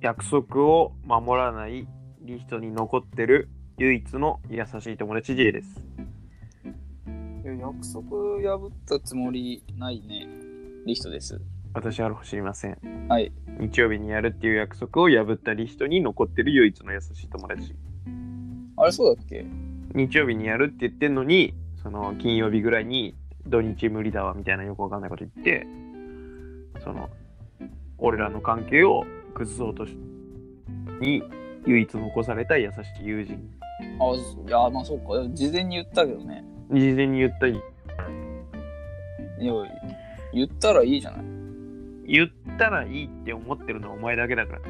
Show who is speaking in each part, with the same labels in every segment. Speaker 1: 約束を守らないリストに残ってる唯一の優しい友達 J です。
Speaker 2: いや約束破ったつもりないね。リストです。
Speaker 1: 私は知りません。
Speaker 2: はい。
Speaker 1: 日曜日にやるっていう約束を破ったリストに残ってる唯一の優しい友達。
Speaker 2: あれそうだっけ
Speaker 1: 日曜日にやるって言ってんのに、その金曜日ぐらいに土日無理だわみたいなよくわかんないこと言って、その、俺らの関係を崩そうとし、に唯一残された優しい友人。
Speaker 2: あ、いや、まあそうか。事前に言ったけどね。
Speaker 1: 事前に言った
Speaker 2: いや、言ったらいいじゃない。
Speaker 1: 言ったらいいって思ってるのはお前だけだからね。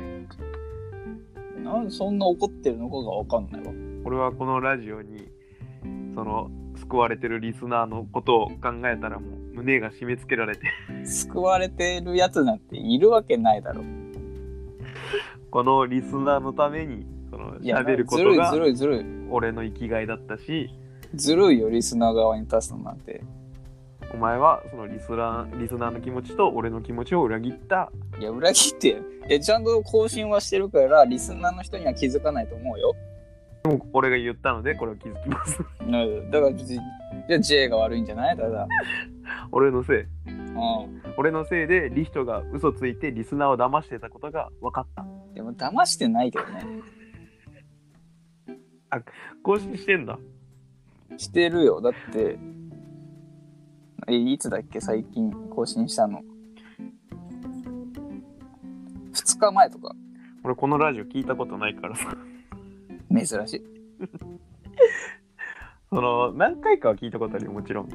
Speaker 2: なんでそんな怒ってるのかがわかんないわ。
Speaker 1: 俺はこのラジオに、その、救われてるリスナーのことを考えたらもう胸が締め付けられて、
Speaker 2: 救われてるやつなんているわけないだろ。
Speaker 1: このリスナーのために、その、
Speaker 2: いや、
Speaker 1: 喋ることが
Speaker 2: ずるいずるいずるい。
Speaker 1: 俺の生きがいだったし、
Speaker 2: ずるいよ、リスナー側に立つのなんて。
Speaker 1: お前はそのリスナーリスナーの気持ちと俺の気持ちを裏切った。
Speaker 2: いや、裏切ってよ。いや、ちゃんと更新はしてるから、リスナーの人には気づかないと思うよ。
Speaker 1: でも俺が言ったのでこれを気づきます。
Speaker 2: なだから別に、じゃあ J が悪いんじゃないただ。
Speaker 1: 俺のせい。
Speaker 2: うん。
Speaker 1: 俺のせいでリヒトが嘘ついてリスナーを騙してたことが分かった。
Speaker 2: でも、騙してないけどね。
Speaker 1: 更新してんだ。
Speaker 2: してるよ。だって、え、いつだっけ最近更新したの。2日前とか。
Speaker 1: 俺このラジオ聞いたことないからさ。
Speaker 2: 珍しい。
Speaker 1: その何回かは聞いたことあるよもちろん。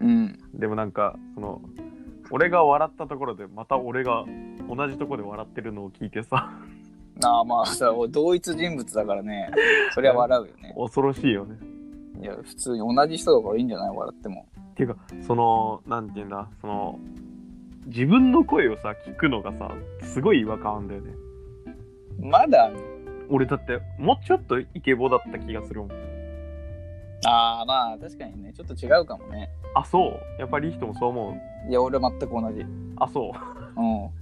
Speaker 2: うん。
Speaker 1: でもなんかその俺が笑ったところでまた俺が同じところで笑ってるのを聞いてさ
Speaker 2: ああまあさ、同一人物だからね。そりゃ笑うよね。
Speaker 1: 恐ろしいよね。
Speaker 2: いや、普通に同じ人だからいいんじゃない笑っても。
Speaker 1: っていうかそのなんて言うんだその自分の声をさ聞くのがさすごい違和感あんだよね
Speaker 2: まだある
Speaker 1: 俺だってもうちょっとイケボだった気がするもん
Speaker 2: ああまあ確かにね、ちょっと違うかもね。
Speaker 1: あそうやっぱりいい人もそう思う
Speaker 2: いや、俺は全く同じ。う
Speaker 1: あそ
Speaker 2: ん。
Speaker 1: う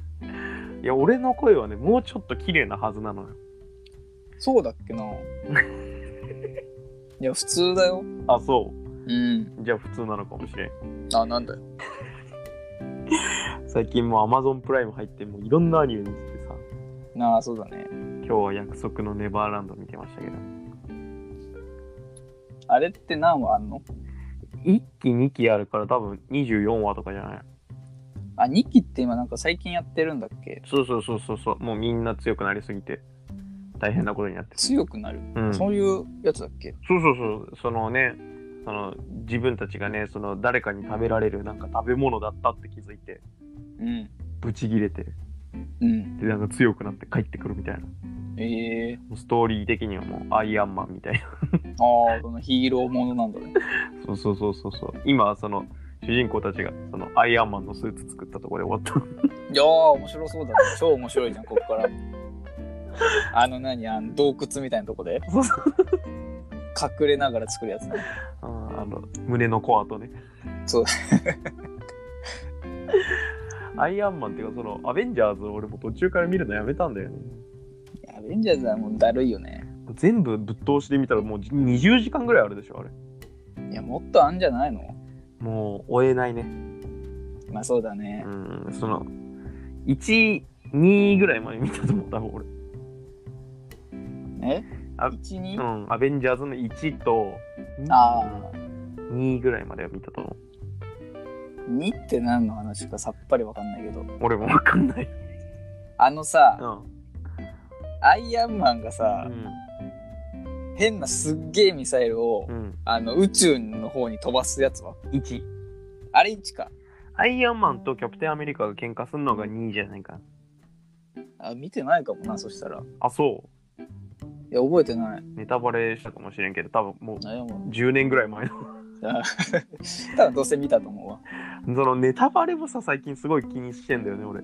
Speaker 1: いや俺の声はねもうちょっと綺麗なはずなのよ
Speaker 2: そうだっ けないや、普通だよ。
Speaker 1: あそ
Speaker 2: うん。
Speaker 1: うじゃあ普通なのかもしれん
Speaker 2: あ、なんだよ。
Speaker 1: 最近もう Amazon プライム入ってもういろんなアニメ見ててさ
Speaker 2: なあ、そうだね。
Speaker 1: 今日は約束のネバーランド見てましたけど
Speaker 2: あれって何話あんの
Speaker 1: 1期2期あるから多分24話とかじゃない
Speaker 2: あ、2期って今なんか最近やってるんだっけ
Speaker 1: そうそうそうそうそうもうみんな強くなりすぎて大変なことになってる
Speaker 2: 強くなる、
Speaker 1: うん
Speaker 2: そういうやつだっけ
Speaker 1: そうそうそう、そのね、その自分たちがね、その誰かに食べられるなんか食べ物だったって気づいて、
Speaker 2: うん。
Speaker 1: ブチギレて、
Speaker 2: うん。
Speaker 1: で、なんか強くなって帰ってくるみたいな。も
Speaker 2: ええ
Speaker 1: うストーリー的にはもうアイアンマンみたいな。
Speaker 2: ああ、そのヒーローものなんだね。
Speaker 1: そうそうそうそうそう。今はその主人公たちがそのアイアンマンのスーツ作ったところで終わっ
Speaker 2: いやー、面白そうだね。超面白いじゃん、こっから。あの何、あの洞窟みたいなとこで
Speaker 1: た。そうそう。
Speaker 2: 隠れながら作るやつね。
Speaker 1: あーあの、胸のコアとね。
Speaker 2: そう。
Speaker 1: アイアンマンっていうかそのアベンジャーズを俺も途中から見るのやめたんだよね。
Speaker 2: いやアベンジャーズはもうだるいよね。
Speaker 1: 全部ぶっ通しで見たらもう20時間ぐらいあるでしょ、あれ。
Speaker 2: いや、もっとあんじゃないの
Speaker 1: もう追えないね。
Speaker 2: まあそうだね
Speaker 1: う。ん、その、1、2ぐらいまで見たと思う、多分俺。
Speaker 2: え
Speaker 1: あ
Speaker 2: ?1、2?
Speaker 1: うん、アベンジャーズの1と、
Speaker 2: あ
Speaker 1: 2ぐらいまでは見たと思う。
Speaker 2: 2って何の話かさっぱりわかんないけど。
Speaker 1: 俺もわかんない。
Speaker 2: あのさ、
Speaker 1: うん。
Speaker 2: アイアンマンがさ、変なすっげえミサイルを、
Speaker 1: うん。
Speaker 2: あの宇宙の方に飛ばすやつは
Speaker 1: 1。
Speaker 2: あれ1か。
Speaker 1: アイアンマンとキャプテンアメリカが喧嘩するのが2じゃないかな。
Speaker 2: あ、見てないかもな、そしたら。い
Speaker 1: あ、そ
Speaker 2: や、覚えてない。
Speaker 1: う。ネタバレしたかもしれんけど、多分もう
Speaker 2: あいやも
Speaker 1: 10年ぐらい前の。
Speaker 2: うあ多分どうせ見たと思うわ。
Speaker 1: そのネタバレもさ、最近すごい気にしてんだよね、俺。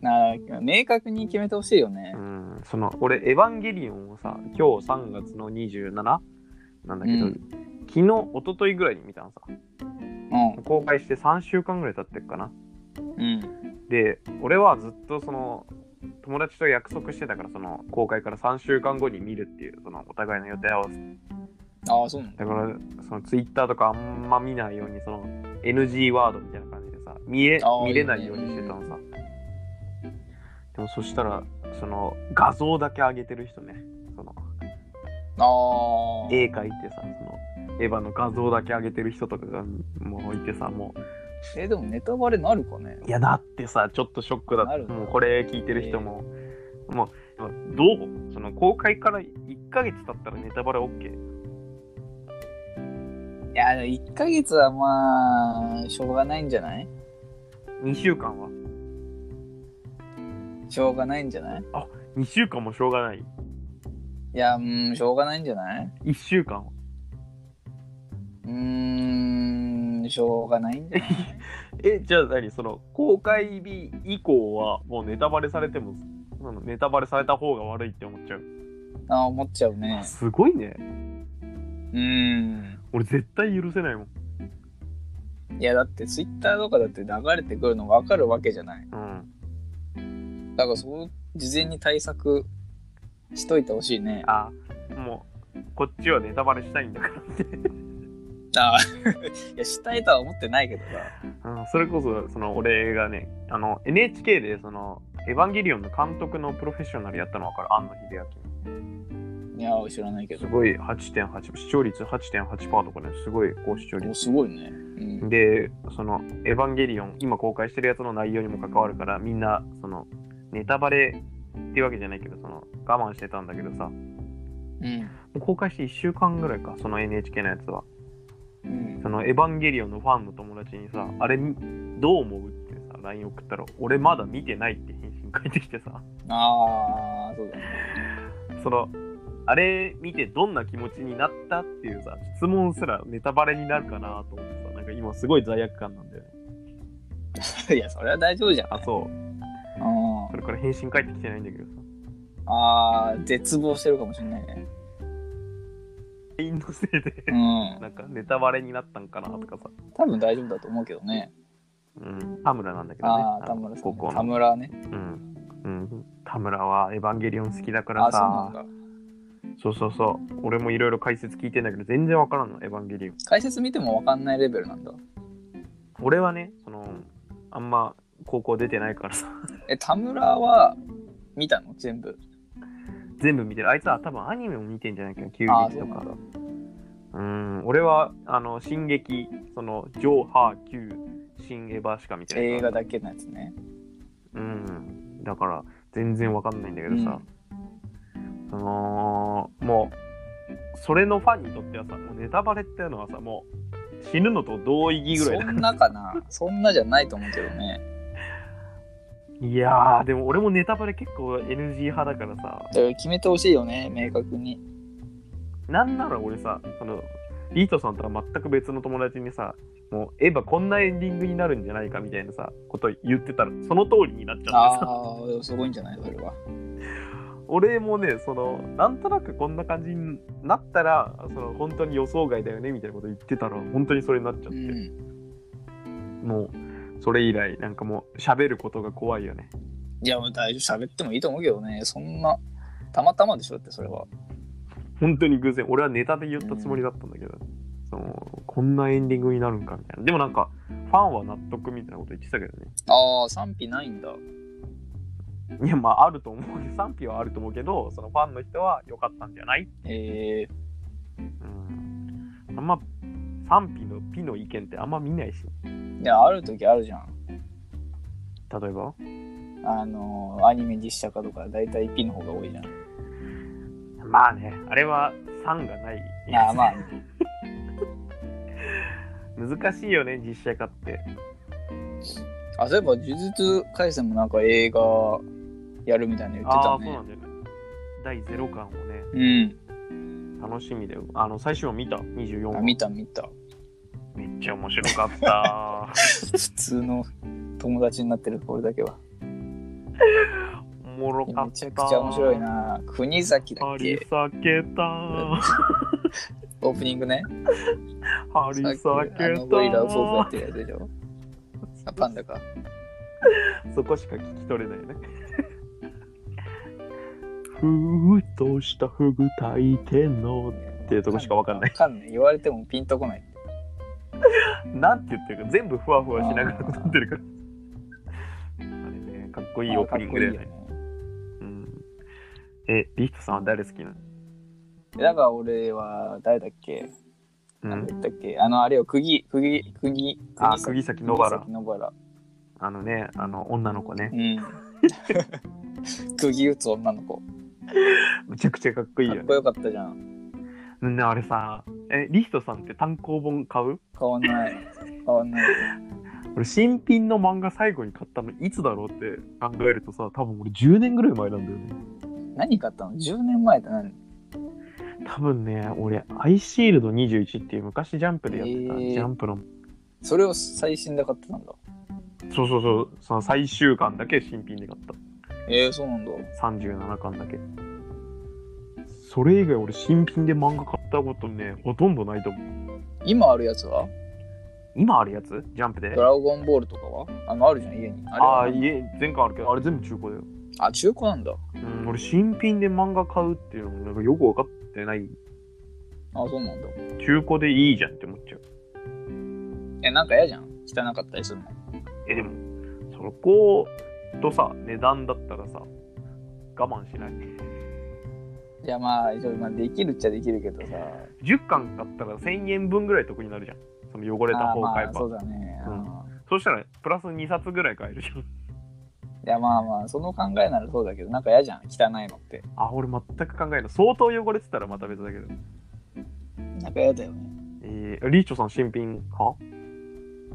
Speaker 2: なあ明確に決めてほしいよね
Speaker 1: う。ん、その俺「エヴァンゲリオン」をさ今日3月の27なんだけど、
Speaker 2: うん
Speaker 1: 昨日一昨日ぐらいに見たのさ
Speaker 2: う。
Speaker 1: 公開して3週間ぐらい経ってっかなん
Speaker 2: うん。
Speaker 1: で俺はずっとその友達と約束してたから、その公開から3週間後に見るっていう、そのお互いの予定合わせ。
Speaker 2: ああ、そうなんだ。
Speaker 1: だから、そのツイッターとかあんま見ないように、その NG ワードみたいな感じでさ、見え
Speaker 2: あー
Speaker 1: 見れないようにしてたのさ。でもそしたら、その画像だけ上げてる人ね、その
Speaker 2: ああ。
Speaker 1: 絵描いてさ、そのエヴァの画像だけ上げてる人とかがもういてさ、もう
Speaker 2: え、でもネタバレなるかね
Speaker 1: いやだってさちょっとショックだ
Speaker 2: な
Speaker 1: っ
Speaker 2: る
Speaker 1: た
Speaker 2: な
Speaker 1: もうこれ聞いてる人も、もうどうその公開から1ヶ月経ったらネタバレ OK
Speaker 2: いや、でも1ヶ月はまあ、しょうがないんじゃない
Speaker 1: 2週間は
Speaker 2: しょうがないんじゃない
Speaker 1: 2週間もしょうがない
Speaker 2: いや、うん、しょうがないんじゃない
Speaker 1: 1週間は
Speaker 2: うーん、しょうがないんじゃない
Speaker 1: えじゃあ何その公開日以降はもうネタバレされてもそのネタバレされた方が悪いって思っちゃう、
Speaker 2: ああ、思っちゃうね。
Speaker 1: すごいね
Speaker 2: うーん。
Speaker 1: 俺絶対許せないもん
Speaker 2: いや、だってツイッターとかだって流れてくるの分かるわけじゃない。
Speaker 1: うん
Speaker 2: だからそう、事前に対策しといてほしいね。
Speaker 1: あもうこっちはネタバレしたいんだからって
Speaker 2: ああ、 いや、したいとは思ってないけどさ。
Speaker 1: うんそれこそその俺がねあの NHK でその「エヴァンゲリオン」の監督のプロフェッショナルやったの分かる庵野秀
Speaker 2: いや、知らないけ
Speaker 1: 明す
Speaker 2: ど。
Speaker 1: ごい8.8視聴率8.8%とかねすごい高視聴
Speaker 2: お
Speaker 1: 率
Speaker 2: すごいね。うん。
Speaker 1: でその「エヴァンゲリオン」今公開してるやつの内容にも関わるからみんなそのネタバレっていうわけじゃないけどその我慢してたんだけどさも
Speaker 2: うん。
Speaker 1: う公開して1週間ぐらいかその NHK のやつは
Speaker 2: うん、
Speaker 1: その「エヴァンゲリオン」のファンの友達にさ「あれどう思う?」ってさ LINE 送ったら「俺まだ見てない」って返信返ってきてさ
Speaker 2: ああ、そうだね。
Speaker 1: そのあれ見てどんな気持ちになったっていうさ質問すらネタバレになるかなと思ってさなんか今すごい罪悪感なんだよね
Speaker 2: いや、それは大丈夫じゃん。
Speaker 1: あそう
Speaker 2: うん
Speaker 1: それから返信返ってきてないんだけどさ
Speaker 2: ああ、絶望してるかもしれないね。
Speaker 1: LINE のせいで
Speaker 2: うん。
Speaker 1: なんかネタバレになったんかなとかさ、
Speaker 2: 多分大丈夫だと思うけどね。
Speaker 1: うん、田村なんだけどね
Speaker 2: ああ、
Speaker 1: あ
Speaker 2: 田
Speaker 1: の
Speaker 2: 村さ
Speaker 1: 高
Speaker 2: ん。
Speaker 1: 校
Speaker 2: 田
Speaker 1: の、
Speaker 2: 村ね。
Speaker 1: うんうん、田村はエヴァンゲリオン好きだか
Speaker 2: あ
Speaker 1: ら
Speaker 2: あ、そう
Speaker 1: さ
Speaker 2: なんだ。
Speaker 1: そうそうそう俺もいろいろ解説聞いてんだけど全然わからんのエヴァンゲリオン
Speaker 2: 解説見てもわかんないレベルなんだ。
Speaker 1: 俺はねそのあんま高校出てないからさ
Speaker 2: え、田村は見たの全部。
Speaker 1: 全部見てるあいつは多分アニメも見てんじゃないかな急
Speaker 2: ああ、
Speaker 1: 激
Speaker 2: そう
Speaker 1: と
Speaker 2: な
Speaker 1: か
Speaker 2: んだ。
Speaker 1: うん俺はあの進撃そのジョーハー Q 新エヴァしか見てない
Speaker 2: 映
Speaker 1: から
Speaker 2: 画だけのやつね。
Speaker 1: うんだから全然わかんないんだけどさ、そのもうそれのファンにとってはさもうネタバレっていうのはさもう死ぬのと同意義ぐらい
Speaker 2: そ
Speaker 1: だ
Speaker 2: んなかな。そんなじゃないと思うけどね。
Speaker 1: いやーでも俺もネタバレ結構 NG 派だからさ
Speaker 2: だから決めてほしいよね、明確に。
Speaker 1: なんなら俺さ、その、ビートさんとは全く別の友達にさ、もう、エヴァこんなエンディングになるんじゃないかみたいなさ、こと言ってたら、その通りになっちゃ
Speaker 2: あ
Speaker 1: ってさ、
Speaker 2: あ、すごいんじゃないそれは。
Speaker 1: 俺もね、その、なんとなくこんな感じになったら、その、本当に予想外だよねみたいなこと言ってたら、本当にそれになっちゃっ
Speaker 2: う
Speaker 1: て、
Speaker 2: ん。
Speaker 1: もう、それ以来、なんかもう、喋ることが怖いよね。
Speaker 2: いや、もう大丈夫。喋ってもいいと思うけどね。そんな、たまたまでしょだって、それは。
Speaker 1: 本当に偶然、俺はネタで言ったつもりだったんだけど、その、こんなエンディングになるんかみたいな。でもなんか、ファンは納得みたいなこと言ってたけどね。
Speaker 2: ああ、賛否ないんだ。
Speaker 1: いやまああると思うけど賛否はあると思うけどそのファンの人は良かったんじゃない、
Speaker 2: ええ
Speaker 1: うん、あんま賛否のピの意見ってあんま見ないし
Speaker 2: いや、ある時あるじゃん。
Speaker 1: 例えば
Speaker 2: あのーアニメ実写化とか大体 P の方が多いじゃん。
Speaker 1: まあねあれは賛がない
Speaker 2: ああまあ、
Speaker 1: 難しいよね実写化って
Speaker 2: あそういえば呪術廻戦もなんか映画やるみたいなの言って
Speaker 1: あ
Speaker 2: た
Speaker 1: あそう
Speaker 2: ね
Speaker 1: な。んだよね第0巻をね
Speaker 2: うん
Speaker 1: 楽しみであの最終話見た24
Speaker 2: あ
Speaker 1: 話
Speaker 2: 見た見た。
Speaker 1: めっちゃ面白か った
Speaker 2: 普通の友達になってるこれだけは。
Speaker 1: おもろかった
Speaker 2: めちゃくちゃ面白いな。国崎だっ
Speaker 1: 張り
Speaker 2: け
Speaker 1: 裂けた
Speaker 2: オープニングね。
Speaker 1: 張り
Speaker 2: さっ
Speaker 1: 裂
Speaker 2: きあのゴリラをフォーブやってるやつでしょ。あパンダか。
Speaker 1: そこしか聞き取れないね ふーっとしたフグ炊いてんのっていうとこしかわかんない。
Speaker 2: わかんない。言われてもピンとこない。
Speaker 1: なんて言ってるか全部ふわふわしながら歌ってるから。あれね、かっこいいオープニングだよね。
Speaker 2: あかっこいいよね
Speaker 1: うん、え、リヒトさんは誰好きなの
Speaker 2: えだから俺は誰だっけ、
Speaker 1: う
Speaker 2: なん
Speaker 1: ん、
Speaker 2: だっけあの、あれよ、釘、釘、釘、釘
Speaker 1: あ、
Speaker 2: 崎
Speaker 1: 杉崎野原
Speaker 2: 釘。崎野原。
Speaker 1: あのね、あの女の子ね。
Speaker 2: うん。 釘打つ女の子。
Speaker 1: むちゃくちゃかっこいい
Speaker 2: か
Speaker 1: よ
Speaker 2: っ
Speaker 1: ね
Speaker 2: こ。よかったじゃん。
Speaker 1: ねあれさ、え、リヒトさんって単行本買う
Speaker 2: 変わんない。変わんない。
Speaker 1: 俺、新品の漫画最後に買ったのいつだろうって考えるとさ、多分俺10年ぐらい前なんだよね。
Speaker 2: 何買ったの ?10 年前って何
Speaker 1: 多分ね、俺、アイシールド21っていう昔ジャンプでやってた、
Speaker 2: へー
Speaker 1: ジャンプの、
Speaker 2: それを最新で買ってたんだ。
Speaker 1: そうそうそう、その最終巻だけ新品で買った。
Speaker 2: ええそうなんだ。
Speaker 1: 37巻だけ。それ以外俺、新品で漫画買ったことね、ほとんどないと思う。
Speaker 2: 今あるやつは
Speaker 1: 今あるやつジャンプで
Speaker 2: ド。ラゴンボールとかはあの、あるじゃん、家に。あれは
Speaker 1: ああ、家、全巻あるけど、あれ全部中古だよ。
Speaker 2: あ、中古なんだ。
Speaker 1: うん、俺、新品で漫画買うっていうのも、なんかよく分かってない。
Speaker 2: あ、そうなんだ。
Speaker 1: 中古でいいじゃんって思っちゃう。
Speaker 2: え、なんか嫌じゃん。汚かったりするの。
Speaker 1: え、でも、そことさ、値段だったらさ、我慢しない。
Speaker 2: いや、まあ、一応、まあ、できるっちゃできるけどさ。
Speaker 1: 10巻買ったら1000円分ぐらい得になるじゃん。その汚れた
Speaker 2: あー
Speaker 1: 方買えば。
Speaker 2: まあ、
Speaker 1: そ
Speaker 2: そうだね。
Speaker 1: う
Speaker 2: うんん
Speaker 1: したら、プラス2冊ぐらい買えるじゃん。
Speaker 2: いや、まあまあ、その考えならそうだけど、なんか嫌じゃん。汚いのって。
Speaker 1: あ、俺全く考えない。相当汚れてたらまた別だけど。
Speaker 2: なんか嫌だよね。
Speaker 1: えー、リーチョさん新品派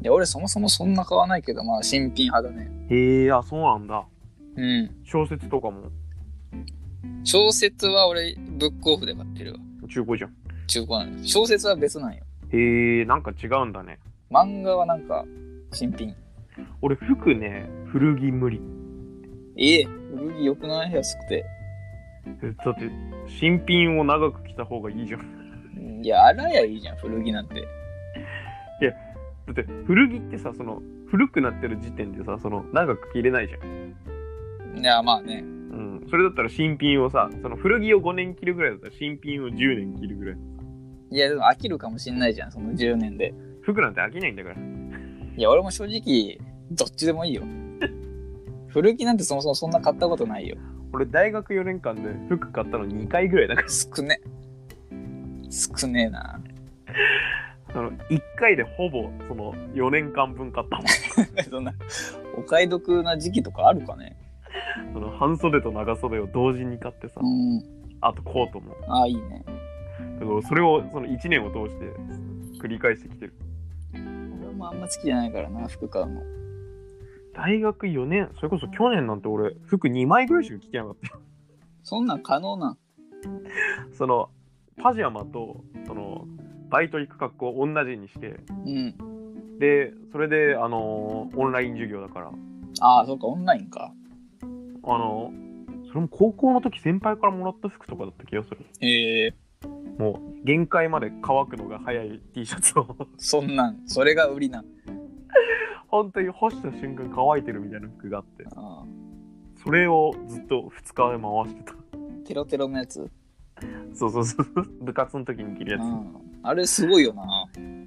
Speaker 2: いや、俺そもそもそんな買わないけど、まあ、新品派だね。
Speaker 1: へえー、あ、そうなんだ。
Speaker 2: うん。
Speaker 1: 小説とかも
Speaker 2: 小説は俺、ブックオフで買ってるわ。
Speaker 1: 中古じゃん。
Speaker 2: 中古なんだ。小説は別なんよ。
Speaker 1: へえー、なんか違うんだね。
Speaker 2: 漫画はなんか、新品。
Speaker 1: 俺、服ね、古着無理。
Speaker 2: ええ古着良くない安くて。
Speaker 1: えだって、新品を長く着た方がいいじゃん。
Speaker 2: いや、洗えばいいじゃん、古着なんて。
Speaker 1: だって、古着ってさ、その、古くなってる時点でさ、その、長く着れないじゃん。
Speaker 2: いや、まあね。
Speaker 1: うん、それだったら新品をさ、その古着を5年着るぐらいだったら新品を10年着るぐらい。
Speaker 2: いや、でも飽きるかもしんないじゃん、その10年で。
Speaker 1: 服なんて飽きないんだから。
Speaker 2: いや、俺も正直、どっちでもいいよ。 古着なんてそもそもそんな買ったことないよ。
Speaker 1: 俺大学4年間で服買ったの2回ぐらいだか
Speaker 2: 少ね。少ねえな。
Speaker 1: ら。その1回でほぼその4年間分買ったもん。
Speaker 2: そんな、お買い得な時期とかあるかね。
Speaker 1: その半袖と長袖を同時に買ってさ、
Speaker 2: うん。
Speaker 1: あとコートも。
Speaker 2: ああ、いいね。
Speaker 1: だからそれをその1年を通して繰り返してきてる。
Speaker 2: 俺もあんま好きじゃないからな、服買うの。
Speaker 1: 大学4年、それこそ去年なんて俺服2枚ぐらいしか着てなかったよ。
Speaker 2: そんなん可能なん。
Speaker 1: そのパジャマとそのバイト行く格好を同じにして、
Speaker 2: うん。
Speaker 1: でそれであのーオンライン授業だから
Speaker 2: ああ、そうか、オンラインか。
Speaker 1: あのーそれも高校の時先輩からもらった服とかだった気がする
Speaker 2: ええ
Speaker 1: もう限界まで乾くのが早い T シャツを
Speaker 2: そんなん、それが売りなん。
Speaker 1: 本当に干した瞬間乾いてるみたいな服があって
Speaker 2: ああ
Speaker 1: それをずっと2日で回してた
Speaker 2: テロテロのやつ。
Speaker 1: そうそうそうそう部活の時に着るやつ、
Speaker 2: う
Speaker 1: あ
Speaker 2: ん、あれすごいよな。
Speaker 1: ー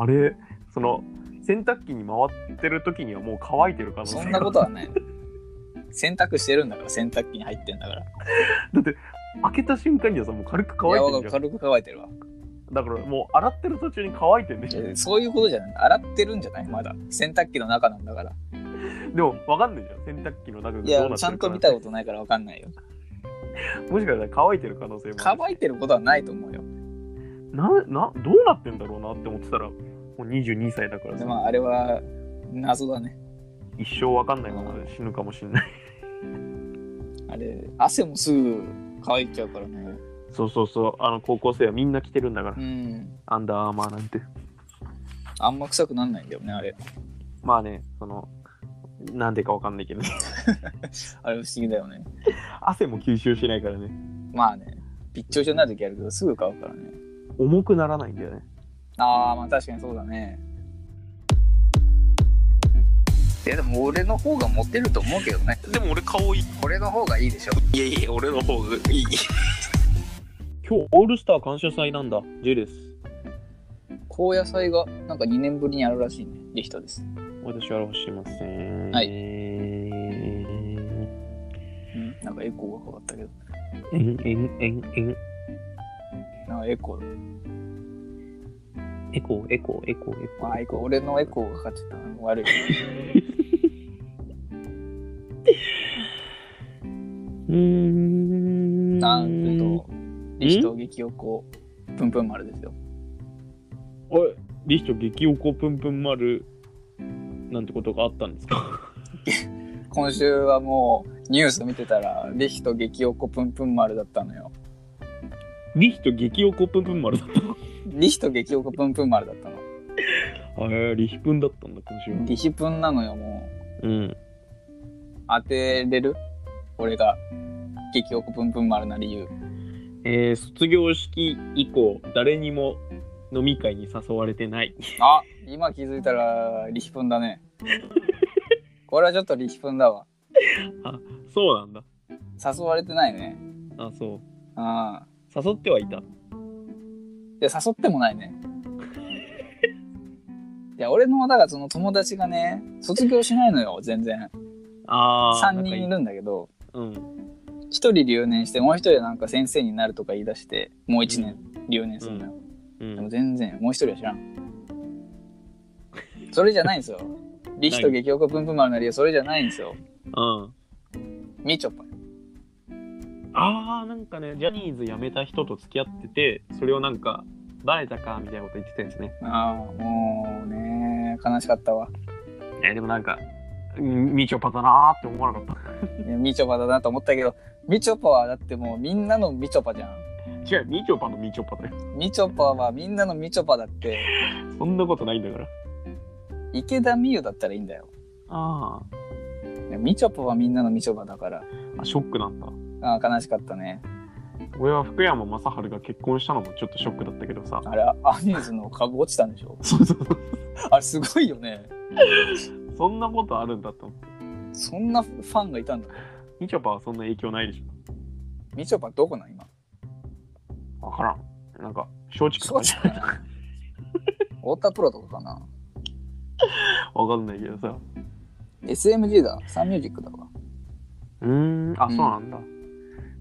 Speaker 1: あれその洗濯機に回ってる時にはもう乾いてる可能性
Speaker 2: そ
Speaker 1: が
Speaker 2: んなことはない。洗濯してるんだから、洗濯機に入ってんだから。
Speaker 1: 開けた瞬間にはさもう軽く乾い
Speaker 2: や
Speaker 1: てるじゃん
Speaker 2: 軽く乾いてるわ。
Speaker 1: だからもう洗ってる途中に乾いてるでしょ
Speaker 2: えそういうことじゃない。洗ってるんじゃないまだ。洗濯機の中なんだから。
Speaker 1: でも分かんないじゃん洗濯機の中がどうなっ
Speaker 2: い
Speaker 1: てるか
Speaker 2: や
Speaker 1: な、んて
Speaker 2: ちゃんと見たことないからわかんないよ。
Speaker 1: もしかしたら乾いてる可能性もある
Speaker 2: 乾いてることはないと思うよ。
Speaker 1: ななどうなってんだろうなって思ってたらもう22歳だから
Speaker 2: で
Speaker 1: さ
Speaker 2: まあ、あれは謎だね。
Speaker 1: 一生分かんないまま死ぬかもしんない
Speaker 2: あれ、汗もすぐ乾いちゃうからね。
Speaker 1: そうそうそうあの高校生はみんな着てるんだから、
Speaker 2: うん。
Speaker 1: アンダーアーマーなんて
Speaker 2: あんま臭くなんないんだよね、あれ。
Speaker 1: まあねそのなんでか分かんないけど、ね、
Speaker 2: あれ不思議だよね。
Speaker 1: 汗も吸収しないからね
Speaker 2: まあね、ピッチョ症になる時あるけど、すぐ乾くからね。
Speaker 1: 重くならないんだよね
Speaker 2: ああ、まあ確かにそうだね。いやでも俺の方がモテると思うけどね
Speaker 3: でも俺顔いい
Speaker 2: 俺の方がいいでしょ
Speaker 3: いやいや俺の方がいい
Speaker 1: 今日オールスター感謝祭なんだ。ジェです。
Speaker 2: 高野菜がなんか2年ぶりにあるらしいねリヒトです
Speaker 1: 私は欲しません。
Speaker 2: はい
Speaker 1: え
Speaker 2: なんかエコーがかかったけど
Speaker 1: ー。えんえんえんえん。
Speaker 2: なんかエコー
Speaker 1: エコーエコーエコーエコー。
Speaker 2: あエコー俺のエコーがかかっちゃったな悪い
Speaker 1: ーん。
Speaker 2: なんえっとリヒト激おこプンプン丸ですよ
Speaker 1: おい、リヒト激おこぷんぷん丸なんてことがあったんですか
Speaker 2: 今週はもうニュース見てたらリヒト激おこプンプン丸だったのよ
Speaker 1: リヒト激おこぷんぷん丸だっ
Speaker 2: リヒト激おこプンプン丸だったの
Speaker 1: た。あーリヒプンだったんだ、今週は。
Speaker 2: リヒプンなのよも
Speaker 1: うん。
Speaker 2: う当てれる俺が激おこプンプン丸な理由
Speaker 1: えー、卒業式以降、誰にも飲み会に誘われてない。
Speaker 2: あ今気づいたらリヒプンだねこれはちょっとリヒプンだわ
Speaker 1: そうなんだ。
Speaker 2: 誘われてないね
Speaker 1: あ、そう。
Speaker 2: ああ
Speaker 1: 誘ってはいた。
Speaker 2: いや誘ってもないねいや俺のだからその友達がね卒業しないのよ全然
Speaker 1: あー。
Speaker 2: 3人い
Speaker 1: 仲いい
Speaker 2: るんだけど
Speaker 1: うん。
Speaker 2: 1人留年してもう1人はなんか先生になるとか言い出してもう1年留年するのよ、
Speaker 1: う
Speaker 2: で
Speaker 1: ん
Speaker 2: も。全然もう1人は知らんそれじゃない んですよリヒと激おこぷんぷん丸の理由それじゃないんですよ
Speaker 1: うん。
Speaker 2: みちょぱ
Speaker 1: あー、なんかね、ジャニーズ辞めた人と付き合ってて、それをなんか、バレたかみたいなこと言ってたんですね。
Speaker 2: ああもうね悲しかったわ
Speaker 1: えーでもなんか、うんみちょぱだなーって思わなかっ
Speaker 2: いやみちょぱだなと思ったけどみちょぱはだってもうみんなのみちょぱじゃん
Speaker 1: た。違う、みちょぱのみちょぱだよ。
Speaker 2: みちょぱはみんなのみちょぱだって
Speaker 1: そんなことないんだから。
Speaker 2: 池田美優だったらいいんだよ
Speaker 1: あ
Speaker 2: いやみちょぱはみんなのみちょぱだから
Speaker 1: ーあ、ショックなんだ。
Speaker 2: あー悲しかったね
Speaker 1: 俺は福山雅治が結婚したのもちょっとショックだったけどさ。
Speaker 2: あれアミューズの株落ちたんでしょ
Speaker 1: そうそうそう。
Speaker 2: あれすごいよね
Speaker 1: そんなことあるんだと思って。
Speaker 2: そんなファンがいたんだ
Speaker 1: みちょぱはそんな影響ないでし
Speaker 2: みちょぱどこなん今
Speaker 1: ょ。わからん。なんか、松竹と
Speaker 2: そ
Speaker 1: か
Speaker 2: うじ
Speaker 1: じ
Speaker 2: ゃ
Speaker 1: ゃ
Speaker 2: ない太田プロとかかな
Speaker 1: わかんないけどさ。
Speaker 2: SMG だサンミュージックだわ
Speaker 1: うーん、あ、
Speaker 2: う
Speaker 1: そ
Speaker 2: ん
Speaker 1: うなんだ。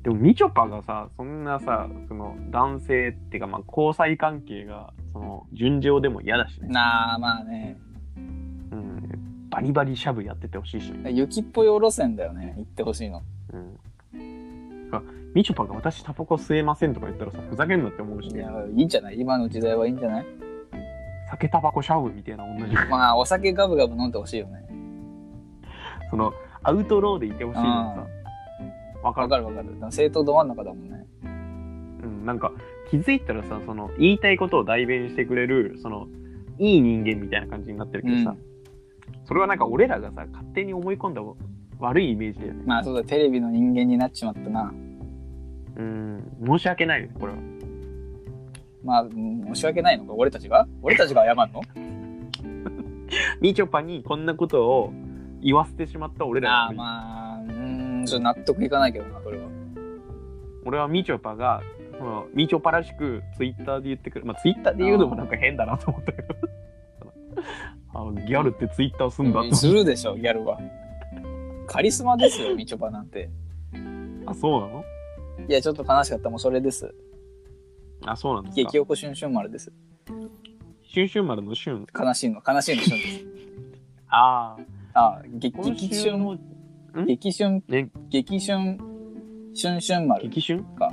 Speaker 1: でも、みちょぱがさ、そんなさ、その男性っていうか、まあ、交際関係が、その、順調でも嫌だしね。
Speaker 2: なあまあね
Speaker 1: うん、バリバリしゃぶやっててほしいしね。
Speaker 2: 雪っぽいお路線だよね行ってほしいの
Speaker 1: うん。あみちょぱが私タバコ吸えませんとか言ったらさ、ふざけんなって思うし
Speaker 2: い
Speaker 1: ね
Speaker 2: や。いいんじゃない今の時代はいいんじゃない
Speaker 1: 酒タバコしゃぶみたいな女じゃん。
Speaker 2: まあお酒ガブガブ飲んでほしいよね
Speaker 1: その、アウトローでいてほしいのさ。わか
Speaker 2: わ
Speaker 1: る
Speaker 2: かるわかる政党ど真ん中だもんね
Speaker 1: うん、なんか気づいたらさその言いたいことを代弁してくれるそのいい人間みたいな感じになってるけどさ、それはなんか俺らがさ勝手に思い込んだ悪いイメージだよね
Speaker 2: まあそうだテレビの人間になっちまったな
Speaker 1: うん申し訳ないよねこれは
Speaker 2: まあうん申し訳ないのか俺たちが俺たちが謝るの
Speaker 1: みちょぱにこんなことを言わせてしまった俺らが
Speaker 2: ああ
Speaker 1: 悪い
Speaker 2: まあうーんちょっと納得いかないけどなそれは
Speaker 1: 俺はみちょぱがそのみちょぱらしくツイッターで言ってくるまあツイッターで言うのもなんか変だなと思ったけど あギャルってツイッターすんだと思って
Speaker 2: するでしょギャルはカリスマですよみちょぱなんて
Speaker 1: あそうなの
Speaker 2: いやちょっと悲しかったもうそれです
Speaker 1: あそうなんですか
Speaker 2: 激おこしゅんしゅん丸です
Speaker 1: シュンシュン丸のシュン
Speaker 2: 悲しいの悲しいのしゅんです
Speaker 1: ああ
Speaker 2: ああ激
Speaker 1: 今
Speaker 2: 激しゅ
Speaker 1: 週
Speaker 2: ん
Speaker 1: の
Speaker 2: 激しゅん
Speaker 1: ね
Speaker 2: 激しゅんしゅんしゅん丸
Speaker 1: 激春
Speaker 2: か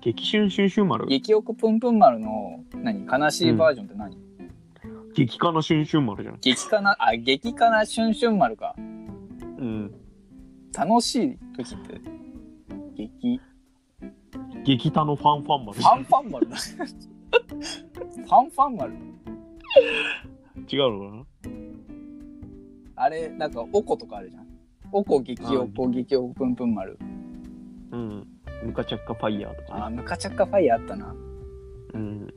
Speaker 1: 激春春春丸
Speaker 2: 激おこぷんぷん丸の何悲しいバージョンって何、
Speaker 1: 激化の春春丸じゃん
Speaker 2: 激かなあ激かなしゅんしゅん丸か
Speaker 1: うん
Speaker 2: 楽しい時って激
Speaker 1: 激多のファンファン丸
Speaker 2: ファンファン丸だ ファンファン丸
Speaker 1: 違うの
Speaker 2: あれなんかおことかあるじゃんおこ激おこ激おこぷんぷん丸
Speaker 1: かなうんムカチャッカファイヤーとか
Speaker 2: あ
Speaker 1: ね
Speaker 2: ムカチャッカファイヤーあったな
Speaker 1: うん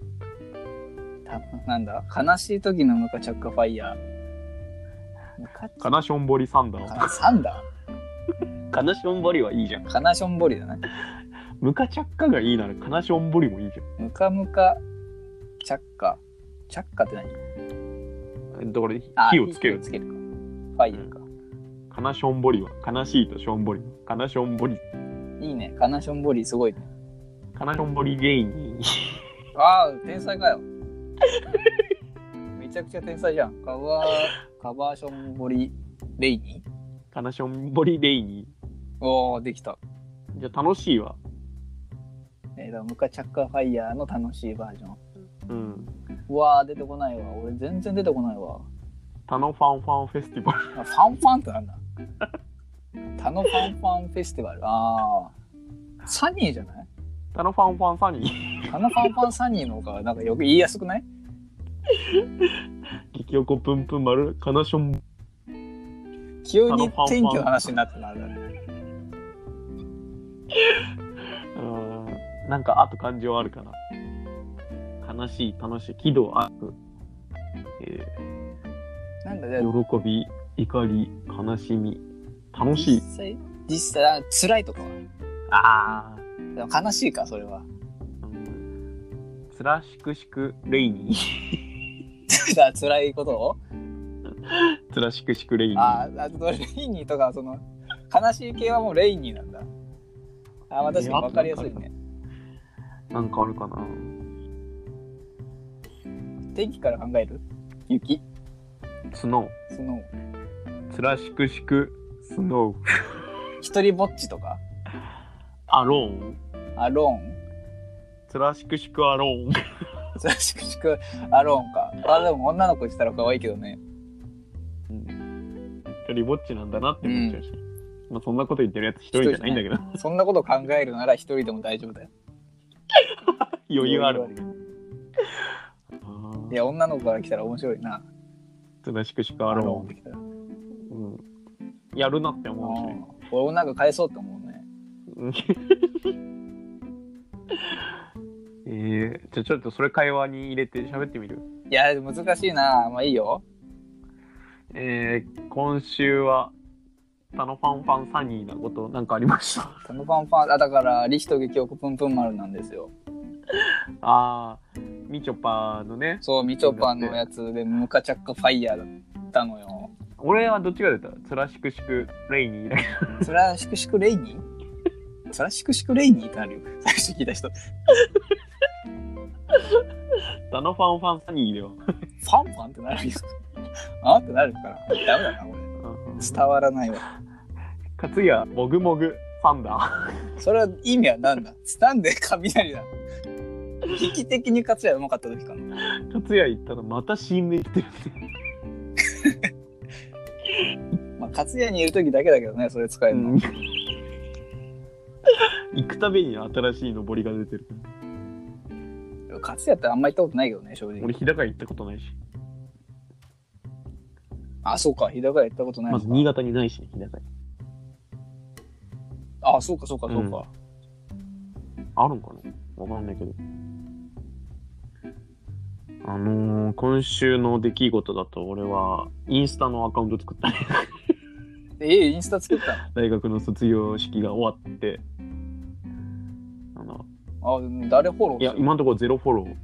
Speaker 2: たなんだ悲しい時のムカチャッカファイヤームカ
Speaker 1: かなしょんぼりサンダー。
Speaker 2: あサンダ
Speaker 1: かなしょんぼりはいいじゃん。
Speaker 2: ーかなしょんぼりだね。
Speaker 1: ムカチャッカがいいならかなしょんぼりもいいじゃん。
Speaker 2: ムカムカ、チャッカ。チャッカって何
Speaker 1: だから
Speaker 2: あ
Speaker 1: 火をつける
Speaker 2: 火を。つけるか。ファイヤーか。
Speaker 1: かなしょんぼりは悲しいとしょんぼり。かなしょんぼり。
Speaker 2: いいね。かなしょんぼり、すごいね。
Speaker 1: かなしょんぼり芸 人。
Speaker 2: ああ、天才かよ。めちゃくちゃ天才じゃん。カバー、カバーションボリレイニー
Speaker 1: かなしょんぼりレイニ
Speaker 2: おお、できた。
Speaker 1: ー。じゃあ楽しいわ。
Speaker 2: えー、だからムカチャッカファイヤーの楽しいバージョン。
Speaker 1: うん。
Speaker 2: うわー、出てこないわ。俺全然出てこないわ。
Speaker 1: タノファンファンフェスティバル。
Speaker 2: あファンファンってなんだタノファンファンフェスティバル。ああ。サニーじゃない
Speaker 1: タノファンファンサニー。
Speaker 2: タノファンファンサニーの方がなんかよく言いやすくない
Speaker 1: 激おこぷんぷん丸。かなしょんぼ
Speaker 2: 急
Speaker 1: タノ
Speaker 2: に
Speaker 1: ファンファン
Speaker 2: 天気の話になってなるから。
Speaker 1: り。うん。なんかあと感情あるかな。悲しい、楽しい、喜怒哀楽。え
Speaker 2: なんだ、じゃあ
Speaker 1: ー喜び、怒り、悲しみ。楽しい
Speaker 2: 実。際、実際、あ辛いとかは
Speaker 1: ああ。
Speaker 2: でも悲しいか、それは。
Speaker 1: うんつらしくしくレイニー。
Speaker 2: だから辛いことを、
Speaker 1: つらしくしくレイニー。
Speaker 2: あーあとレイニーとかその悲しい系はもうレイニーなんだあーまあ確かに分かりやすいね
Speaker 1: なんかあるかな。
Speaker 2: 天気から考える雪
Speaker 1: スノ
Speaker 2: その
Speaker 1: ー。つらしくしくスノー。
Speaker 2: 一人ぼっちとか
Speaker 1: アローン。
Speaker 2: アローン
Speaker 1: つらしくしくアローン。
Speaker 2: それしくしくアローンかあーでも女の子したら可愛いけどね
Speaker 1: 一人ぼっちなんだなって思っちゃうし。まあそんなこと言ってるやつ一人じゃないんだけど。
Speaker 2: そんなこと考えるなら一人でも大丈夫だよ
Speaker 1: 余裕ある。
Speaker 2: いや女の子から来たら面白いな
Speaker 1: つらしくしくア
Speaker 2: アロー
Speaker 1: ロ
Speaker 2: ンって来たら
Speaker 1: ーン。うん。やるなって思うしね。
Speaker 2: うん俺もなんか返そうって思うね
Speaker 1: うん えー、じゃあちょっとそれ会話に入れて喋ってみる
Speaker 2: いやでも難しいなまあいいよ
Speaker 1: えー、今週は、タノファンファンサニーなことなんかありま した。
Speaker 2: タノパンパンあだからリヒと激おこぷんぷん丸なんですよ
Speaker 1: あー、みちょぱのね、
Speaker 2: そう、みちょぱのやつでムカチャックファイヤーだったのよ。
Speaker 1: 俺はどっちが出たつらしくしくレイニーだけ
Speaker 2: そらしくしくレイニーそらしくしくレイニーってあるよ。最初聞いた人。フ
Speaker 1: ど、タノファンファンサニーでは。
Speaker 2: ァンファンってなるよ。あってなるから。ダメだな、俺。伝わらないわ。
Speaker 1: かつや、もぐもぐ、サンダー。
Speaker 2: それは意味は何だなんで雷だ危機的に勝つやうまかった時かな。
Speaker 1: かつや言ったらまた新年来てるね。
Speaker 2: まあ、勝也にいる時だけだけどね、それ使えるの。
Speaker 1: 行くたびに新しい登りが出てる。
Speaker 2: 勝也ってあんま行ったことないけどね、正直
Speaker 1: 俺、。日高行ったことないし。
Speaker 2: あ、そうか、日高屋行ったことない
Speaker 1: ま
Speaker 2: の
Speaker 1: ず
Speaker 2: か。
Speaker 1: 新潟にないしね、日高
Speaker 2: あ、そうか、そうか、そうか。
Speaker 1: あるんかなわかんないけど。あのー、今週の出来事だと俺はインスタのアカウント作ったね。
Speaker 2: え、インスタ作った
Speaker 1: 大学の卒業式が終わって。あの、
Speaker 2: のあ、でも誰フォロー
Speaker 1: い
Speaker 2: し
Speaker 1: や、
Speaker 2: てる
Speaker 1: 今のところゼロフォロー。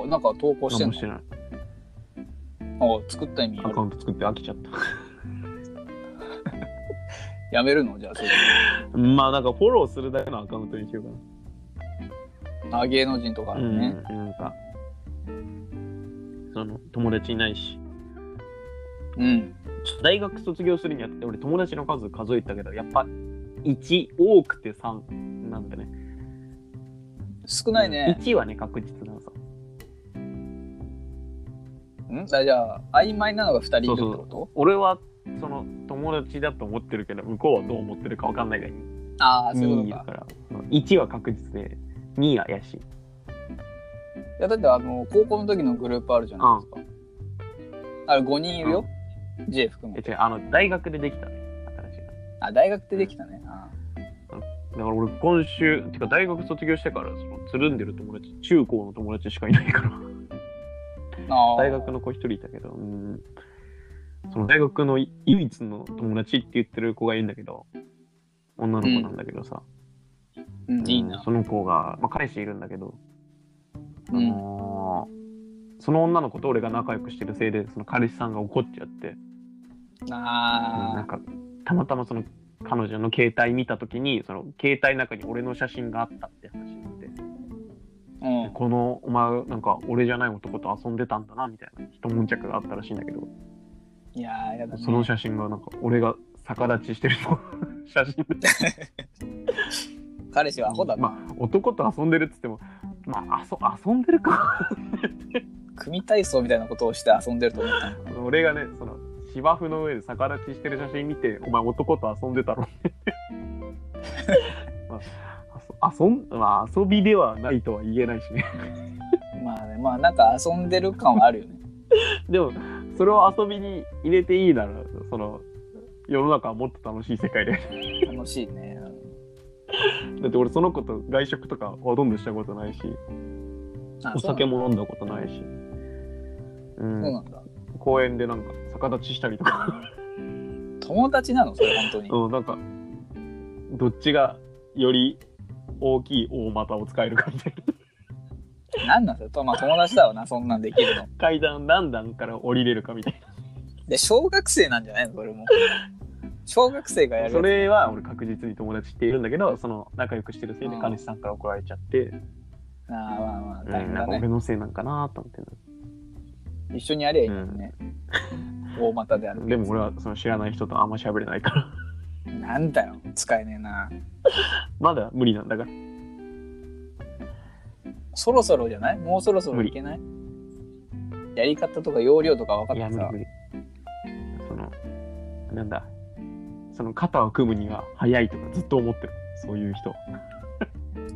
Speaker 2: ああ、なんか投稿して
Speaker 1: 何も
Speaker 2: んの
Speaker 1: してない。
Speaker 2: あ作った意味あ
Speaker 1: ア
Speaker 2: る
Speaker 1: カウント作って飽きちゃった。
Speaker 2: やめるのじゃあ、それ
Speaker 1: まあなんかフォローするだけのアカウントにしようか
Speaker 2: あ、芸能人とかあ
Speaker 1: な。
Speaker 2: るね。
Speaker 1: うん。なんか、その、友達いないし。
Speaker 2: うん。
Speaker 1: ちょっと大学卒業するにあたって俺友達の数数えたけどやっぱ1多くて3なんだね
Speaker 2: 少ないね。
Speaker 1: 1はね確実なのさ
Speaker 2: んだじゃあ、曖昧なのが2人いるってこと
Speaker 1: そう俺はその友達だと思ってるけど向こうはどう思ってるか分かんないが
Speaker 2: ああ、そういう
Speaker 1: 2
Speaker 2: こと
Speaker 1: い
Speaker 2: か
Speaker 1: る。から1は確実で2は怪しい
Speaker 2: いや、だって、あの、高校の時のグループあるじゃないですか。あれ、5人いるよ。J 含
Speaker 1: え
Speaker 2: め。
Speaker 1: 違うあの大学でできたね新しいの
Speaker 2: あ、大学ってできたね。あ
Speaker 1: だから俺今週てか大学卒業してからそのつるんでる友達中高の 友達しかいないから
Speaker 2: あー
Speaker 1: 大学の子一人いたけど、うん、その大学の唯一の友達って言ってる子がいるんだけど、女の子なんだけどさ、
Speaker 2: うん、いいな。
Speaker 1: その子が、まあ、彼氏いるんだけど、あ
Speaker 2: うん。
Speaker 1: のーその女の子と俺が仲良くしてるせいで、その彼氏さんが怒っちゃって、な
Speaker 2: あ
Speaker 1: んか、たまたまその彼女の携帯見たときに、その携帯の中に俺の写真があったって話になって、
Speaker 2: あ、うん。
Speaker 1: このお前、なんか俺じゃない男と遊んでたんだなみたいな、一悶着があったらしいんだけど、
Speaker 2: いやー、やだ、ね。
Speaker 1: その写真がなんか俺が逆立ちしてるの 写真
Speaker 2: 彼氏はアホだな。
Speaker 1: まあ、男と遊んでるっつっても、まあ、遊遊んでるか
Speaker 2: 組体操みたいなことをして遊んでると思ったのか
Speaker 1: 俺がねその芝生の上で逆立ちしてる写真見てお前男と遊んでたろ まあ遊遊ん、まあ、遊びではないとは言えないしね
Speaker 2: な。まあね、まあなんか遊んでる感はあるよね。
Speaker 1: でもそれを遊びに入れていいならその世の中はもっと楽しい世界で
Speaker 2: 楽しいね。
Speaker 1: だって俺その子と外食とかほとんどしたことないし
Speaker 2: あ
Speaker 1: お酒。も飲んだことないしう
Speaker 2: そ
Speaker 1: ん
Speaker 2: うなんだ。
Speaker 1: 公園でなんか逆立ちしたりとか、
Speaker 2: 友達なのそれ本当に。
Speaker 1: うん、なんかどっちがより大きい大股を使えるかみたいな
Speaker 2: なんなんそれと、まあ友達だわな、そんなんできるの。
Speaker 1: 階段何段から降りれるかみたい
Speaker 2: で、小学生なんじゃないのそれも。小学生がや
Speaker 1: な
Speaker 2: る。
Speaker 1: そ。れは俺確実に友達っているんだけどその仲良くしてるせいで
Speaker 2: うん
Speaker 1: 彼氏さんから怒られちゃって、
Speaker 2: あーまあまあ、
Speaker 1: うん
Speaker 2: 大変
Speaker 1: な
Speaker 2: だ
Speaker 1: んか俺
Speaker 2: ね。
Speaker 1: のせいなんかなと思って
Speaker 2: 一緒にやりゃいいのにね。大股である。
Speaker 1: るでも俺はその知らない人とあんま喋れないから
Speaker 2: なんだよ、使えねえな。
Speaker 1: まだ無理なんだから
Speaker 2: そろそろじゃないもうそろそろいけないやり方とか要領とか分か
Speaker 1: い
Speaker 2: っ
Speaker 1: や
Speaker 2: て
Speaker 1: 無理
Speaker 2: さ
Speaker 1: 無。理そのなんだその肩を組むには早いとかずっと思ってるそういう人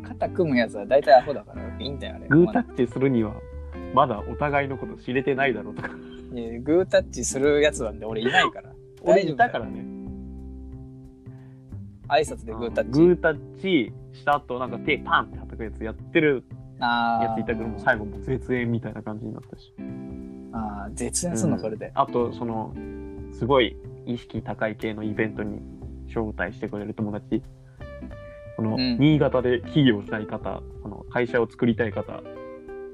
Speaker 2: 肩組むやつは大体アホだからいいんだよあれ
Speaker 1: グータッチするにはまだお互いのこと知れてないだろうとか
Speaker 2: いやグータッチするやつなんで俺いないから
Speaker 1: 俺
Speaker 2: 大丈夫
Speaker 1: い
Speaker 2: だ
Speaker 1: た
Speaker 2: よ
Speaker 1: からね
Speaker 2: 挨拶でグータッチ
Speaker 1: グータッチした後なんか手パンって叩くやつやってる
Speaker 2: あー
Speaker 1: やついたけども最後も絶縁みたいな感じになったし
Speaker 2: あー絶縁すんの
Speaker 1: うん
Speaker 2: それで、
Speaker 1: あとそのすごい意識高い系のイベントに招待してくれる友達その、
Speaker 2: うん
Speaker 1: 新潟で起業したい方その会社を作りたい方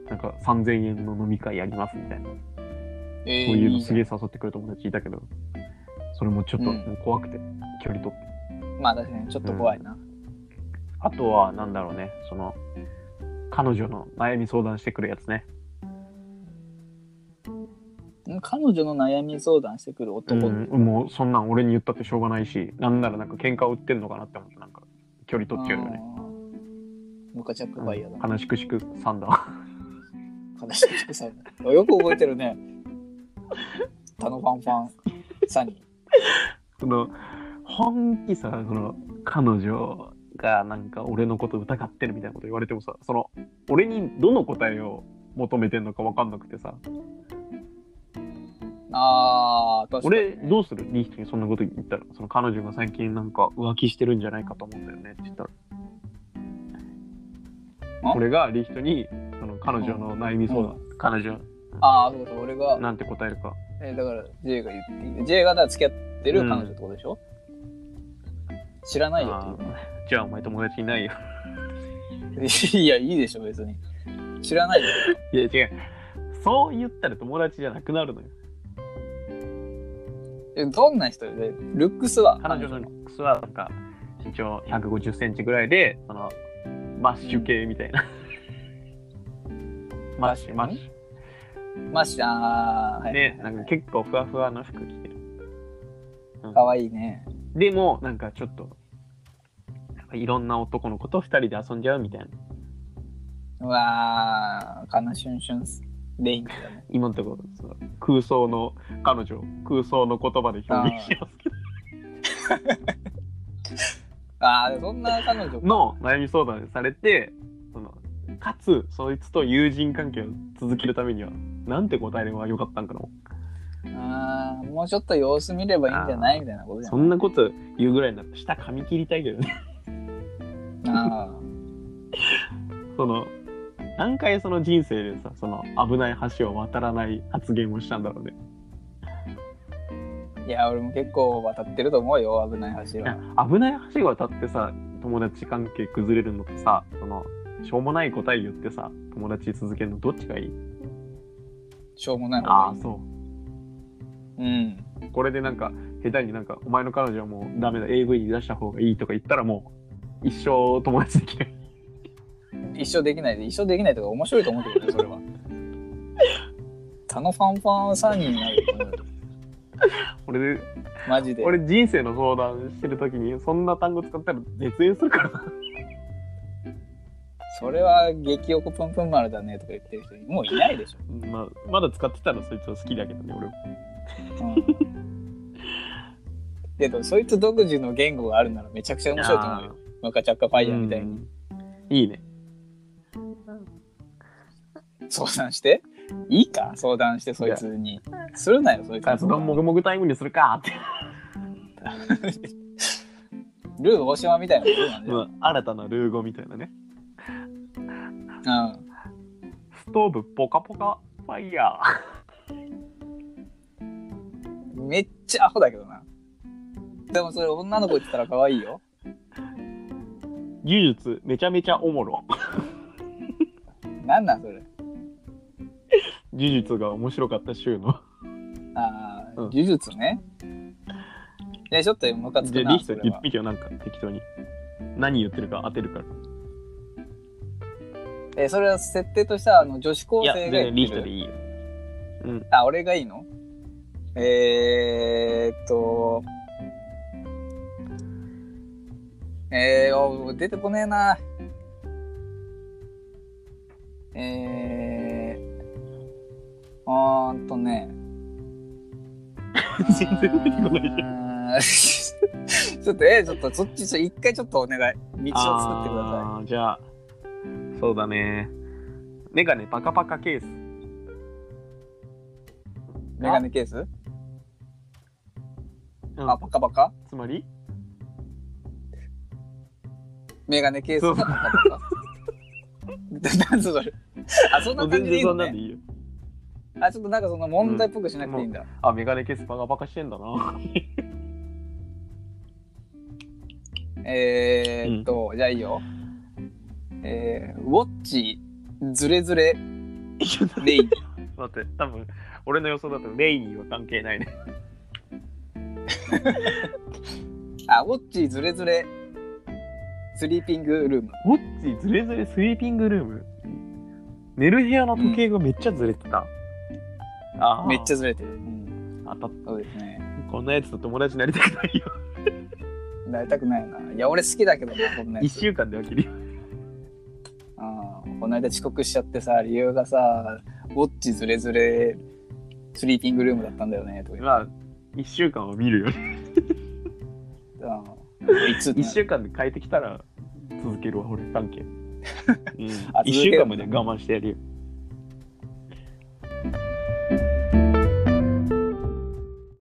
Speaker 1: なんか3000円の飲み会やりますみたいな
Speaker 2: えー
Speaker 1: そういう
Speaker 2: い
Speaker 1: の
Speaker 2: い
Speaker 1: すげえ誘ってくる友達いたけど、それもちょっと
Speaker 2: うん
Speaker 1: もう怖くて、距離取って。
Speaker 2: まあ確かにちょっと怖いな、
Speaker 1: あとは、なんだろうね、その、彼女の悩み相談してくるやつね。
Speaker 2: ん彼女の悩み相談してくる
Speaker 1: う
Speaker 2: 男、
Speaker 1: ん、もうそんなん俺に言ったってしょうがないし、なんならなんか喧嘩を売ってんのかなって思って、なんか距離取っちゃうよね。
Speaker 2: あームカチャックバイヤーだ、
Speaker 1: 悲しくしくサンダー。
Speaker 2: 悲しくてさよく覚えてるねタノファンファンサニ
Speaker 1: その、本気さ、その、彼女がなんか俺のこと疑ってるみたいなこと言われてもさ、その、俺にどの答えを求めてんのかわかんなくてさ、
Speaker 2: ーあー確かにね、
Speaker 1: 俺どうするリヒトにそんなこと言ったらその彼女が最近なんか浮気してるんじゃないかと思うんだよねって言ったら
Speaker 2: あ
Speaker 1: 俺がリヒトにその彼女の悩み相談、彼女
Speaker 2: ああそうそう俺が
Speaker 1: なんて答えるか
Speaker 2: えーだから J が言っていい J がだから付き合ってる彼女ってことでしょ、知らないよ
Speaker 1: あーじゃあお前友達いないよ
Speaker 2: っていういやいいでしょ別に知らないよ
Speaker 1: いや違うそう言ったら友達じゃなくなるのよ
Speaker 2: えどんな人でルックスは
Speaker 1: 彼女のックスはなんか身長1 5 0センチぐらいでそのマッシュ系みたいな、マッシュマッシ
Speaker 2: マッシャーは
Speaker 1: ュ
Speaker 2: い
Speaker 1: でなんか結構ふわふわの服着てる
Speaker 2: かわいいね
Speaker 1: でも、なんかちょっと、なんかいろんな男の子と二人で遊んじゃうみたいな。
Speaker 2: うわーかなしゅんしゅんレインだね
Speaker 1: 今のところ、その空想の彼女を空想の言葉で表現してますけ
Speaker 2: ああそんな彼女
Speaker 1: ど、の悩み相談されて、そのかつ、そいつと友人関係を続けるためには、なんて答えればよかったんかな。
Speaker 2: あーもうちょっと様子見ればいいんじゃないみたいなことじゃ
Speaker 1: そ
Speaker 2: ん
Speaker 1: んなこと言うぐらいになら、下噛み切りたいけどね。
Speaker 2: あ
Speaker 1: その、何回その人生でさ、その危ない橋を渡らない発言をしたんだろうね。
Speaker 2: ーいや、俺も結構渡ってると思うよ、危ない橋
Speaker 1: い
Speaker 2: は
Speaker 1: や。危ない橋渡ってさ友達関係崩れるのとさそのしょうもない答え言ってさ友達続けるのどっちがいい
Speaker 2: しょうもない方
Speaker 1: あ
Speaker 2: が
Speaker 1: あ
Speaker 2: いい。
Speaker 1: そ
Speaker 2: うん。
Speaker 1: うこれでなんか下手になんかお前の彼女はもうダメだ AV に出した方がいいとか言ったらもう一生友達できない
Speaker 2: 一生できないで、一生できないとか面白いと思う けどね、それは。他のファンファンさんになると思う。
Speaker 1: 俺で
Speaker 2: マジで。
Speaker 1: 俺人生の相談してる時にそんな単語使ったら絶縁するからな
Speaker 2: それは激おこぷんぷん丸だねとか言ってる人もういないでしょ。
Speaker 1: まあまだ使ってたらそいつは好きだけどね俺
Speaker 2: うんでもそいつ独自の言語があるならめちゃくちゃ面白いと思うよ。ムカチャッカファイヤーみたいに。
Speaker 1: うんいいね
Speaker 2: 相談していいか相談してそいつに。するなよ、そいつ
Speaker 1: カツ丼もぐもぐタイムにするかって
Speaker 2: ルー大島みたいなことなんだよ。
Speaker 1: まあ新たなルー語みたいなね
Speaker 2: うん
Speaker 1: ストーブポカポカファイヤー。
Speaker 2: めっちゃアホだけどな。でもそれ女の子言ってたら可愛いよ。
Speaker 1: 技術めちゃめちゃおもろ。
Speaker 2: なんなんそれ。
Speaker 1: 技術が面白かった週の。
Speaker 2: ああ、
Speaker 1: うん
Speaker 2: 呪術ね。いや、ちょっとムカつ
Speaker 1: じ
Speaker 2: く
Speaker 1: ゃあリ
Speaker 2: な。
Speaker 1: ヒ
Speaker 2: そ
Speaker 1: ト
Speaker 2: れ
Speaker 1: 言
Speaker 2: は
Speaker 1: ってきよなんか適当に。何言ってるか当てるから。
Speaker 2: えーそれは設定としてはあの女子高
Speaker 1: い
Speaker 2: 生
Speaker 1: や
Speaker 2: が
Speaker 1: 全然リヒ
Speaker 2: 言って
Speaker 1: トで
Speaker 2: る。
Speaker 1: いいよ。
Speaker 2: あ、俺がいいのえー、っと。えー、お出てこねえな。えー、あーんとね。
Speaker 1: 全然出てこないじ
Speaker 2: うーんちょっと、えー、ちょっと、そっち、ちょ一回ちょっとお願い。道を作ってください。
Speaker 1: あーじゃあそうだね。メガネパカパカケース。
Speaker 2: メガネケース
Speaker 1: うん
Speaker 2: あ、パカパカ
Speaker 1: つまり
Speaker 2: メガネケース
Speaker 1: そ
Speaker 2: の
Speaker 1: う
Speaker 2: パカ パカ。なんつうのそれ。あ、そんな
Speaker 1: もう
Speaker 2: 感
Speaker 1: 全
Speaker 2: じでい
Speaker 1: 然そ
Speaker 2: いの
Speaker 1: んなんで
Speaker 2: ね。
Speaker 1: いいよ。
Speaker 2: あ、ちょっとなんかその問題っぽくしなくていいんだ。
Speaker 1: あ、メガネケースパカパカしてんだな。
Speaker 2: えーっと、じゃあいいよ。えー、ウォッチ、ズレズレ、レイニー。
Speaker 1: 待って、多分俺の予想だとレイニーは関係ないね。
Speaker 2: あ、ウォッチ、ズレズレ、スリーピングルーム。
Speaker 1: ウォッチずれずれスリーピングルーム寝る部屋の時計がめっちゃずれてた、ああ
Speaker 2: めっちゃズレてる。うん、
Speaker 1: 当たっ
Speaker 2: そうですね。
Speaker 1: こんなやつと友達になりたくない よ
Speaker 2: なりたくないな。いや、俺好きだけどな、こんなや
Speaker 1: 1
Speaker 2: つ。
Speaker 1: 週間で飽きるよ
Speaker 2: うんこの間遅刻しちゃってさ、理由がさ、ウォッチズレズレ、スリーピングルームだったんだよね、とか言って
Speaker 1: まあ1週間は見るよね
Speaker 2: うんいつって
Speaker 1: 1
Speaker 2: な
Speaker 1: 週間で 変えてきたら続けるわ俺関係、うん、
Speaker 2: あ
Speaker 1: 1
Speaker 2: 続け
Speaker 1: 週
Speaker 2: る
Speaker 1: 間まで我慢してやるよ